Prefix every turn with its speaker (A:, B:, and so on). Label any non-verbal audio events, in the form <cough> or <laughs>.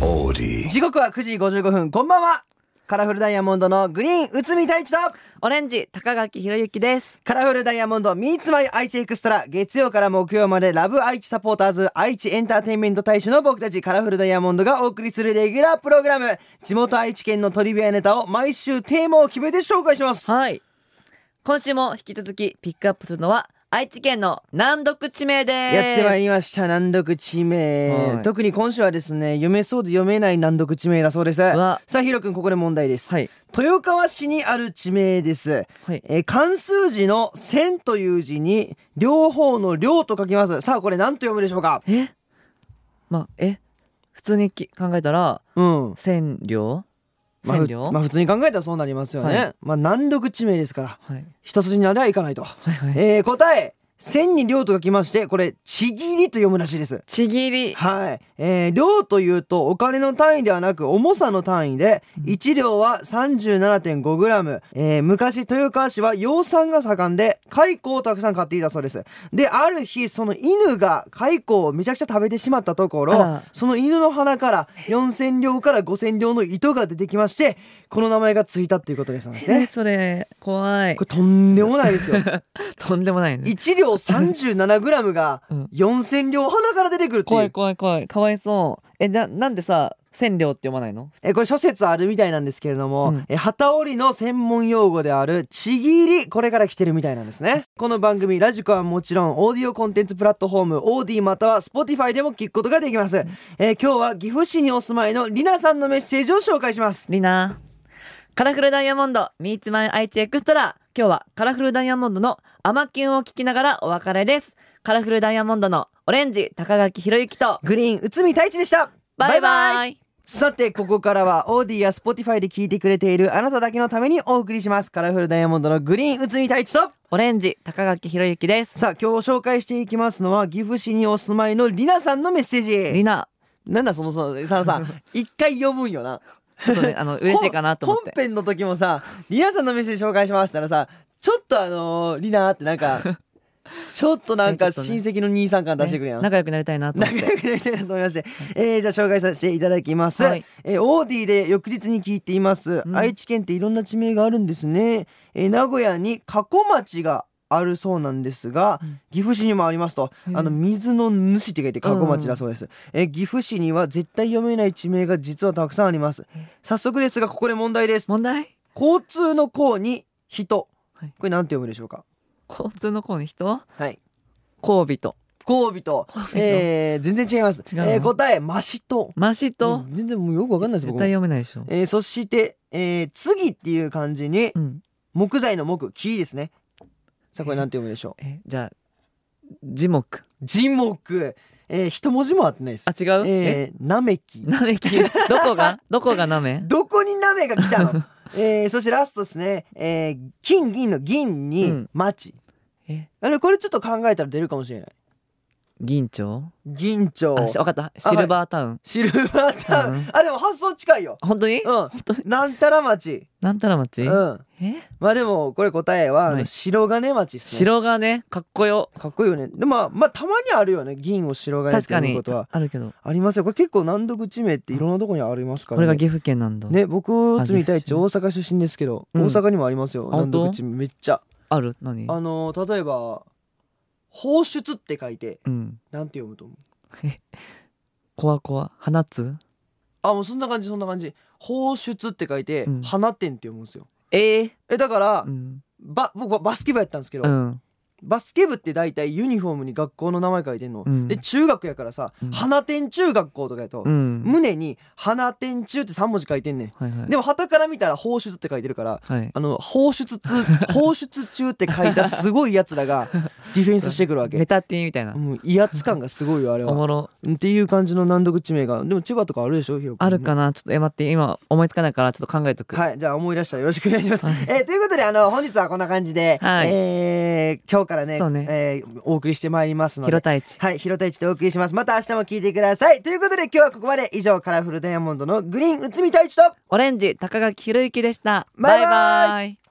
A: body.
B: 時刻は9時55分こんばんはカラフルダイヤモンドのグリーン内海太一と
C: オレンジ高垣ひろゆきです。
B: カラフルダイヤモンド Meets My 愛知エクストラ月曜から木曜までラブ愛知サポーターズ愛知エンターテインメント大使の僕たちカラフルダイヤモンドがお送りするレギュラープログラム地元愛知県のトリビアネタを毎週テーマを決めて紹介します
C: はい。今週も引き続きピックアップするのは愛知県の難読地名です。
B: やってまいりました難読地名、
C: はい
B: 特に今週はですね読めそうで読めない難読地名だそうですさ
C: わ
B: あヒロ君ここで問題です、
C: はい
B: 豊川市にある地名です、
C: はい
B: えー漢数字の千という字に両方の両と書きますさあこれ何と読むでしょうか
C: え、まあえ、普通にき考えたら
B: うん
C: 千両、
B: まあ
C: 千
B: ふ
C: 両、
B: まあ普通に考えたらそうなりますよね、
C: はい
B: まあ難読地名ですから
C: はい
B: 一筋縄ではいかないと、
C: はいはい。
B: えー答え千に両と書きましてこれちぎりと読むらしいです
C: ちぎり、
B: はい、えー量というとお金の単位ではなく重さの単位で1量は 37.5g、えー昔豊川市は養蚕が盛んで蚕をたくさん買っていたそうですである日その犬が蚕をめちゃくちゃ食べてしまったとこ
C: あ
B: ろ
C: ら
B: その犬の鼻から4000両から5000両の糸が出てきましてこの名前がついたっていうことですなんです
C: え
B: ね
C: それ怖い
B: こ。れとんでもない
C: <laughs>
B: ですよ
C: とんでもないね。
B: 1両 37g が
C: うん
B: 4000両鼻から出てくるってい
C: 怖いう怖い怖い。かわいそう。えななんでさ千両って読まないの？
B: えーこれ諸説あるみたいなんですけれども、
C: うん
B: えー旗織りの専門用語であるちぎりこれから来てるみたいなんですねこの番組ラジコはもちろんオーディオコンテンツプラットフォームオーディまたは Spotify でも聞くことができます、えー今日は岐阜市にお住まいのりなさんのメッセージを紹介します
C: リナカラフルダイヤモンド Meets My 愛知エクストラ今日はカラフルダイヤモンドのアマキュンを聞きながらお別れですカラフルダイヤモンドのオレンジ高垣ひろゆきと
B: グリーン内海太一でした
C: バイバイ
B: さてここからはオーディや Spotify で聞いてくれているあなただけのためにお送りしますカラフルダイヤモンドのグリーン内海太一と
C: オレンジ高垣ひろゆきです
B: さあ今日紹介していきますのは岐阜市にお住まいのりなさんのメッセージ
C: リナ
B: なんだそのそのさんさ
C: <laughs>
B: ん一回読むんよな
C: ちょっとね
B: <laughs>
C: あの嬉しいかなと思っ
B: 本
C: て
B: 本編の時もさリナさんのメッセージ紹介しましたらさちょっとあのー、リナってなん
C: <laughs>
B: かちょっとなんか
C: ねちょっと
B: 親
C: ね
B: 戚の兄さん感出してくるやん、
C: ね仲良くなりたいなと思っ
B: 仲
C: て
B: 良くなりたいなと思いまして、えー、じゃあ紹介させていただきます、
C: はい
B: えーオーディで翌日に聞いています、
C: うん
B: 愛知県っていろんな地名があるんですね、えー名古屋に加古町があるそうなんですが、
C: うん
B: 岐阜市にもありますと、
C: うん
B: あの水の主って書いて加古町だそうです、えー岐阜市には絶対読めない地名が実はたくさんあります早速ですがここで問題です
C: 問題
B: 交通の項に人、
C: はい
B: これなんて読むでしょうか
C: 交通の子に人
B: はい
C: 交尾と
B: 交尾と、えー、全然違います
C: 違うの
B: えー答えマシと
C: マシと
B: もう全然もうよくわかんないです
C: 絶
B: 僕
C: 対
B: も
C: 読めないでしょ
B: えーそして、えー、次っていう漢字に
C: うん
B: 木材の木木ですねさあこれなんて読むでしょ
C: えじゃあ樹木
B: う字木、えー、一文字も合ってないです
C: あ違う
B: え
C: え
B: ー、なめき
C: なめきどこがどこがなめ
B: どこになめが来た
C: <laughs>
B: のえー、そしてラストですね、えー、金銀の銀
C: う
B: に
C: ん
B: 町、
C: え
B: あれこれちょっと考えたら出るかもしれない
C: 銀蝶
B: 銀蝶
C: あし分かったシルバータウン、
B: シルバータウン、
C: うん
B: あでも発想近いよ
C: 本当に
B: うんなんたら町
C: なんたら町、
B: うん
C: え
B: まあでもこれ答えは、あの
C: はい
B: 白金町ですね
C: 城がねかっこよ
B: かっこいいよねでまあまあたまにあるよね銀を白金っ
C: 確
B: て
C: か
B: いう
C: に
B: ことは
C: あるけど
B: ありますよこれ結構難読地名っていろんなとこにありますか
C: こ
B: ら
C: れが
B: ね
C: 岐阜県なんだ、
B: ね僕
C: あ
B: 罪太一
C: 岐阜
B: 大阪出身ですけど、
C: うん
B: 大阪にもありますよ
C: あ
B: 難
C: 本当
B: 読地名めっちゃ
C: ある何
B: あのー例えば放出って書いて
C: うん <laughs>
B: なんて読むと思う
C: こわこわ放つ
B: あもうそんな感じそんな感じ放出って書いて、
C: うん
B: 花店って読むんですよ
C: えー、
B: えだから、
C: うん、
B: ば僕はバスケ部やったんですけど、
C: うん、
B: バスケ部って大体ユニフォームに学校の名前書いてんの、
C: うん
B: で中学やからさ、
C: うん
B: 花店中学校とかやと、
C: うん
B: 胸に「花店中」って3文字書いてんねん、
C: はいはい
B: でも旗から見たら「放出」って書いてるから
C: はい
B: あの放出中放出中って書いたすごいやつらがディフェンスしてくるわ
C: メ
B: け
C: タティみたいな、
B: もう威圧感がすごいよあれ
C: お
B: は
C: もろ
B: っていう感じの難読地名がでも千葉とかあるでしょひろ君
C: あるかなちょっとえ待って今思いつかないからちょっと考えとく、
B: はいじゃあ思い出したらよろしくお願いします、
C: はい
B: えーということであの本日はこんな感じで、
C: はい
B: えー今日からね
C: そうね
B: えーお送りしてまいりますので
C: 広田一
B: はい、ひろたいちでお送りします。また明日も聞いてください。ということで今日はここまで。以上、カラフルダイヤモンドのグリーン内海太一と
C: オレンジ高垣ひろゆきでした
B: バイバイ
C: バイバイ